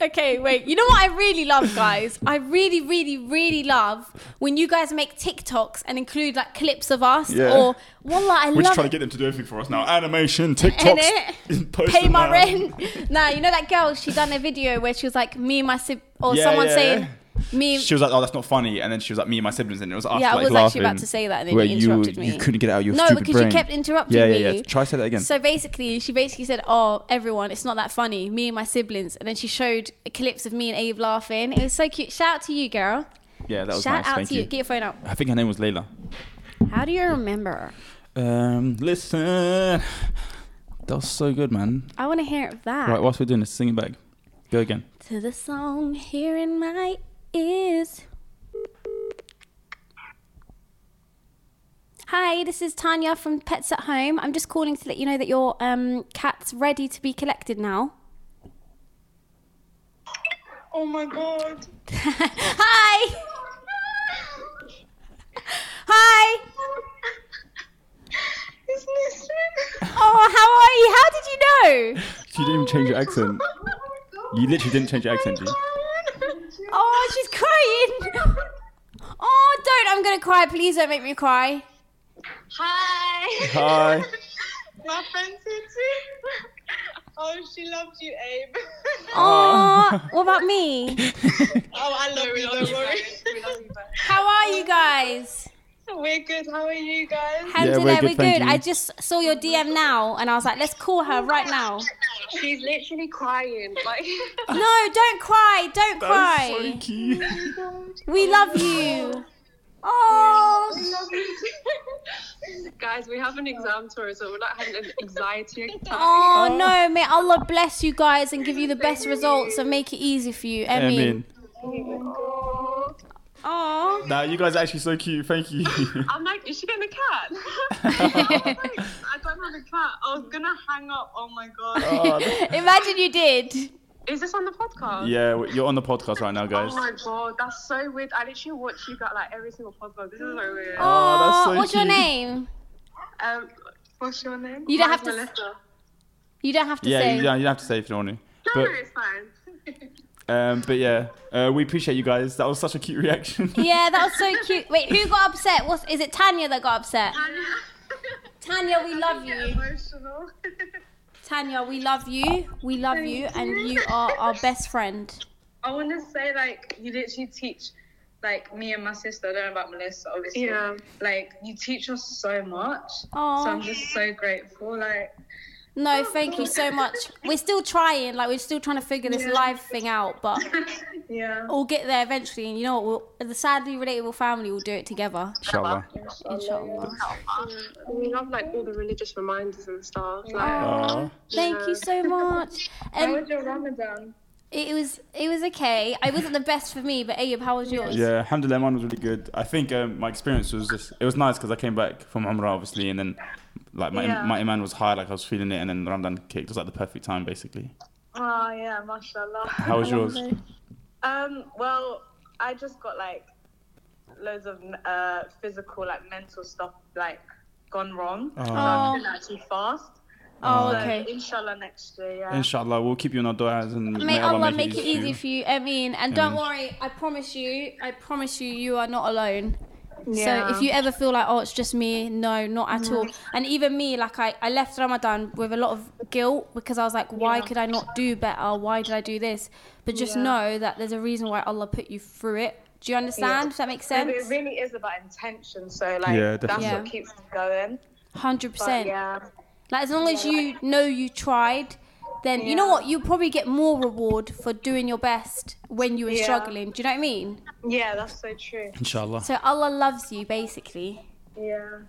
okay, wait. You know what I really love, guys? I really, really, really love when you guys make TikToks and include like clips of us
Yeah.
or wallah, I
We're just
love
trying
it.
to get them to do everything for us now. Animation,
Innit? [LAUGHS]
TikToks, [LAUGHS] post
pay
them
my
now.
rent. [LAUGHS] nah, you know that girl? She done a video where she was like, me and my sib, or
Yeah,
someone
yeah,
saying, me.
She was like, "Oh, that's not funny," and then she was like, "Me and my siblings," and it was us.
yeah,
like,
I was
laughing,
actually about to say that, and then
where
you interrupted
you,
me.
You couldn't get it out of your
no,
stupid
because
brain.
you kept interrupting
yeah,
me.
yeah, yeah. Try say that again.
So basically, she basically said, "Oh, everyone, it's not that funny. Me and my siblings." And then she showed clips of me and Abe laughing. It was so cute. Shout out to you, girl.
yeah, that was
Shout
nice.
out
Thank
to you. Get your phone out.
I think her name was Layla.
How do you remember?
Um, listen, that was so good, man.
I want to hear it back.
Right, whilst we're doing this, sing it back. Go again.
To the song here in my ears. Hi, this is Tanya from Pets at Home. I'm just calling to let you know that your um, cat's ready to be collected now.
Oh my god.
[LAUGHS] Hi! Hi!
It's Nisrin.
Oh, how are you? How did you know?
She didn't even change your accent. You literally didn't change your accent, did you?
you?
Oh, she's crying. [LAUGHS] Oh, don't. I'm going to cry. Please don't make
[LAUGHS]
me cry.
Hi.
Hi.
My friend Titi. Oh, she loves you, Abe.
[LAUGHS]
Oh, what about me?
Oh, I love you. Don't worry.
How are you guys?
We're good. How are you guys?
Alhamdulillah,
we're good,
we're
thank
good.
you.
I just saw your DM now and I was like, let's call her right now.
She's literally crying. Like,
No, don't cry. Don't cry.
cute.
We love you. Oh,
[LAUGHS] Guys, we have an exam tomorrow, so we're like having an anxiety attack.
oh no, may Allah bless you guys and give you the best results and make it easy for you.
I
I
mean,
mean, oh,
nah, you guys are actually so cute. Thank
[LAUGHS]
you.
I'm like, is she getting a cat? [LAUGHS] I don't have a cat. I was gonna hang up. Oh my god.
[LAUGHS] Oh,
imagine you did.
Is this on the podcast?
yeah, we- you're on the podcast right now, guys.
Oh my god, that's so weird. I literally watch you got like every single podcast. This is so weird.
Oh, that's so
what's your
cute.
name?
Um, what's your name?
You don't have
Mine's
to s-
Melissa.
You don't have to
yeah,
say.
you don't, you don't have to say if you don't want to.
No, it's fine. [LAUGHS]
But, um, but yeah, uh, we appreciate you guys. That was such a cute reaction.
Yeah, that was so cute. Wait, who got upset? What's, is it Tanya that got upset? Tanya, we love you.
Emotional.
Tanya, we love you. We love you, and you are our best friend.
I want to say, like, you literally teach, like, me and my sister, I don't know about Melissa, obviously.
Yeah.
Like, you teach us so much. So I'm
Oh
just so grateful. Like,
no, thank you so much. We're still trying, like we're still trying to figure this live thing out, but
yeah.
we'll get there eventually. And you know what? We'll, the sadly relatable family will do it together,
[LAUGHS] Inshallah.
inshallah.
We love like all the religious reminders and stuff. Like,
Aw.
Thank you so much.
How
Um,
was your Ramadan?
it was it was okay. I wasn't the best for me, but Ayub, how was yours?
Yeah, alhamdulillah, mine was really good. I think um, my experience was just, it was nice because I came back from Umrah, obviously, and then like my,
Yeah.
my iman was high, like I was feeling it, and then Ramadan kicked. It was like the perfect time, basically.
oh yeah, mashallah.
How was yours?
Um, well, I just got like loads of uh, physical, like mental stuff, like gone wrong. So I didn't actually fast.
Oh,
So,
okay.
Inshallah next year. Yeah.
Inshallah, we'll keep you on our du'as and
May Allah uh, make
for
it
you.
easy for you. I mean, and don't worry. I promise you. I promise you, you are not alone.
Yeah. Mm-hmm.
So if you ever feel like, oh, it's just me, no, not at all. And even me, like I, I left Ramadan with a lot of guilt because I was like, why could I not do better? Why did I do this? But just know that there's a reason why Allah put you through it. Do you understand? Does that make
It-
sense?
It really is about intention, so like
Yeah,
that's
definitely.
what keeps me going.
Hundred
But
percent.
yeah,
Like as long as you know you tried, then you know what, you probably get more reward for doing your best when you were
Yeah.
struggling. Do you know what I mean?
yeah, that's so true.
Inshallah.
So Allah loves you, basically.
Yeah.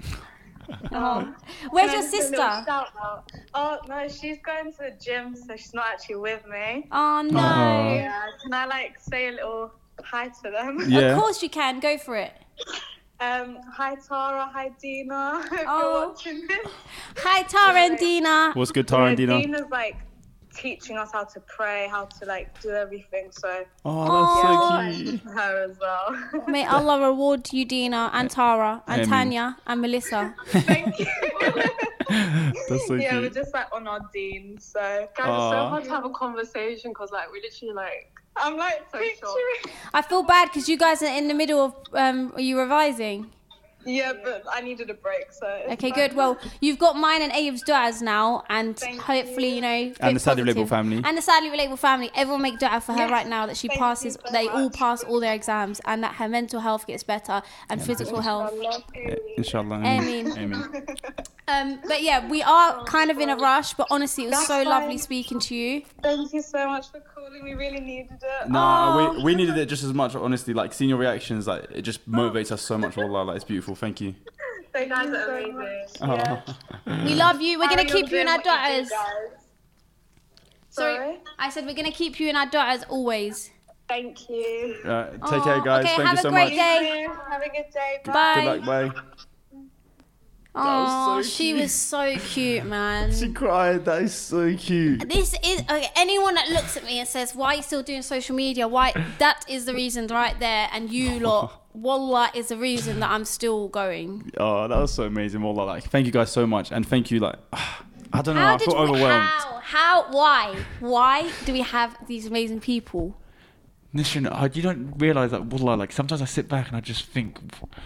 Where's your
Can I just do a little
sister?
shout out? Oh no, she's going to the gym, so she's not actually with me.
Oh no.
Aw.
Yeah, can I like say a little hi to them?
Uh, Yeah.
Of course you can. Go for it.
[LAUGHS] Um, hi Tara, hi Dina. [LAUGHS] If
Oh.
you're watching this,
Hi Tara and Dina.
What's good, Tara and
Yeah,
Dina?
Dina's like teaching us how to pray, how to like do everything. So
Oh,
Aw.
that's so cute.
her as well. [LAUGHS]
May Allah reward you, Dina, and Tara, and
Amen.
Oh, Tanya, and Melissa.
Thank you.
[LAUGHS] That's so
yeah, we're
cute.
just like on our dean. So
Guys, it's so
Aw.
hard to have a conversation because like we literally like
I'm like
So
picturing.
short.
I feel bad because you guys are in the middle of. Um, are you revising?
[LAUGHS] Yeah, but I needed a break. So it's
Okay,
fine.
good. Well, you've got mine and Abe's Duaz now, and hopefully, you, know.
And the
bit
sadly
positive.
relatable family.
And the sadly relatable family. Everyone make Dua for her
Yes,
right now that she
thank you
passes.
so
they all
much.
pass all their exams, and that her mental health gets better and physical
I
health.
love you.
Inshallah.
Amen.
Amen.
Um, but yeah, we are kind of in a rush. But honestly, it was
Oh, That's
so
fine.
lovely speaking to you.
Thank you so much for calling. We really needed it.
Nah, we,
Oh.
we needed it just as much, honestly. Like, seeing your reactions, like, it just motivates us so much, Allah. Like, it's beautiful. Thank
[LAUGHS]
you.
Thank
guys
you
are
so
amazing.
much.
[LAUGHS] Oh.
We love you. We're gonna
Carry on
keep you in
doing
our
what you
daughters.
do, guys.
Sorry,
Sorry?
I said we're gonna keep you in our daughters always.
Thank you.
Uh, take care,
Aw,
guys.
Oh, okay,
Thank
have
you
a
so
great
much.
day. Okay.
You too. Have a good day. Bye.
Good
Bye.
luck. Bye.
Oh,
so
she
cute.
was so cute, man.
[LAUGHS] She cried. That is so cute.
This is okay, anyone that looks at me and says, "Why are you still doing social media?" Why that is the reason right there,
[LAUGHS]
and you lot, wallah, is the reason that I'm still going.
Oh, that was so amazing, Allah. Like, thank you guys so much, and thank you. Like, [SIGHS] I don't know.
How
I
did
feel
we,
overwhelmed.
how how why why do we have these amazing people?
Nishan, I, you don't realize that, wallah, like sometimes I sit back and I just think,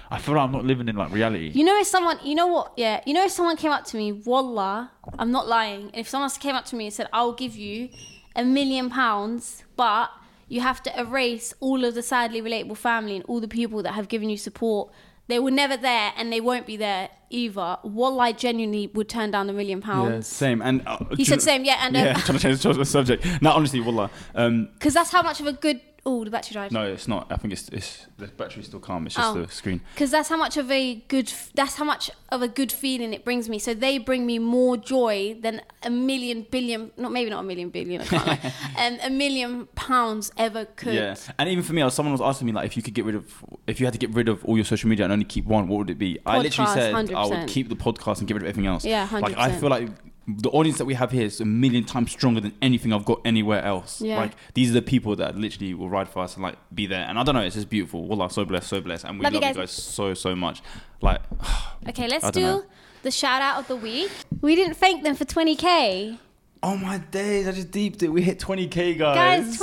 I feel like I'm not living in like reality.
You know, if someone, you know what, yeah, you know, if someone came up to me, wallah, I'm not lying. If someone came up to me and said, I'll give you a million pounds, but you have to erase all of the sadly relatable family and all the people that have given you support, they were never there and they won't be there either. Wallah, I genuinely would turn down the million
Yeah,
pounds.
same. And uh, do you
said
know-
same, yeah, and, uh,
yeah. [LAUGHS] Trying to change the subject. No, honestly, wallah. Um,
Because that's how much of a good. Oh, the battery died.
no, it's not. I think it's it's the battery's still calm. It's just
Oh.
the screen.
because that's how much of a good that's how much of a good feeling it brings me so they bring me more joy than a million billion not maybe not a million billion I can't lie, um, a million pounds ever could
Yeah, and even for me, I was- someone was asking me like, if you could get rid of, if you had to get rid of all your social media and only keep one, what would it be? I literally
Podcast,
said I
100%.
would keep the podcast and get rid of everything else.
Yeah,
like I
100%.
feel like the audience that we have here is a million times stronger than anything I've got anywhere else.
Yeah.
like these are the people that literally will ride for us and like be there. And I don't know, it's just beautiful. Wallah, so blessed, so blessed, and we
Love
love,
you
you, guys.
guys
so so much. Like, [SIGHS]
okay let's
I
do
dunno.
the shout out of the week we didn't thank them for 20k
oh my days, I just deeped it. We hit 20k,
guys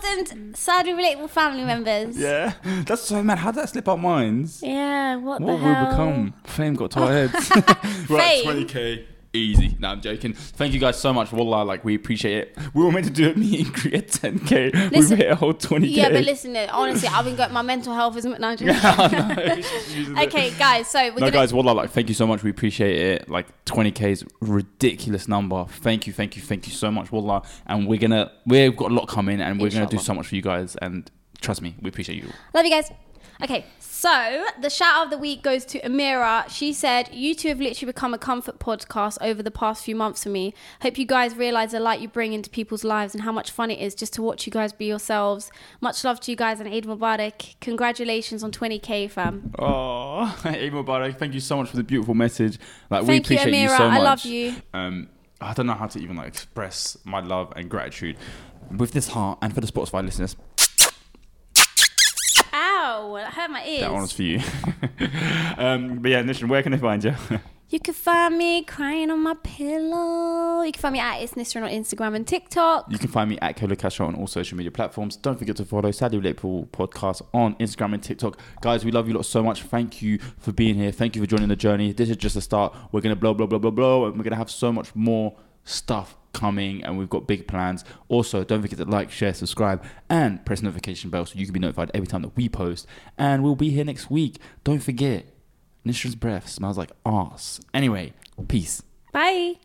20,000 sadly relatable family members
Yeah, [LAUGHS] that's so mad. How did that slip our minds?
yeah
What
what, the
will
hell
become? Fame got to our [LAUGHS] heads. We're
Fame.
at 20k. Easy. No, I'm joking. Thank you guys so much. Wallah, like, we appreciate it. We were meant to do a meet and greet at 10k.
Listen-
We've hit a whole 20k.
yeah
[LAUGHS]
but listen honestly I've been going my mental health isn't no, I'm joking.
I
[LAUGHS]
know, it's just using it.
okay guys so we're
No,
gonna
guys, Wallah, like, thank you so much. We appreciate it. Like, 20k is a ridiculous number. Thank you, thank you, thank you so much, Wallah. And we're gonna, we've got a lot coming and we're gonna do
Inshallah.
so much for you guys. And trust me, we appreciate you.
Love you guys. Okay, so the shout of the week goes to Amira. She said, You two have literally become a comfort podcast over the past few months for me. Hope you guys realize the light you bring into people's lives and how much fun it is just to watch you guys be yourselves. Much love to you guys and Eid Mubarak. Congratulations on 20k, fam.
[LAUGHS] Oh, Eid Mubarak, thank you so much for the beautiful message. Like
Thank
we
you,
appreciate you,
Amira.
so much.
I love you.
Um, I don't know how to even like express my love and gratitude with this heart and for the Spotify listeners.
Ow, that hurt my ears.
That one's for you. [LAUGHS] um, but yeah, Nishan, where can they find you? [LAUGHS]
You can find me crying on my pillow. You can find me at It's Nisrin on Instagram and TikTok.
you can find me at Kola Castro on all social media platforms. Don't forget to follow Sadly Relatable Podcast on Instagram and TikTok. Guys, we love you lot so much. Thank you for being here. Thank you for joining the journey. This is just a start. We're gonna blow, blow, blow, blow, blow, and we're gonna have so much more stuff coming and we've got big plans. Also, don't forget to like, share, subscribe, and press notification bell so you can be notified every time that we post. And we'll be here next week. Don't forget, Nisha's breath smells like arse. Anyway, peace.
Bye.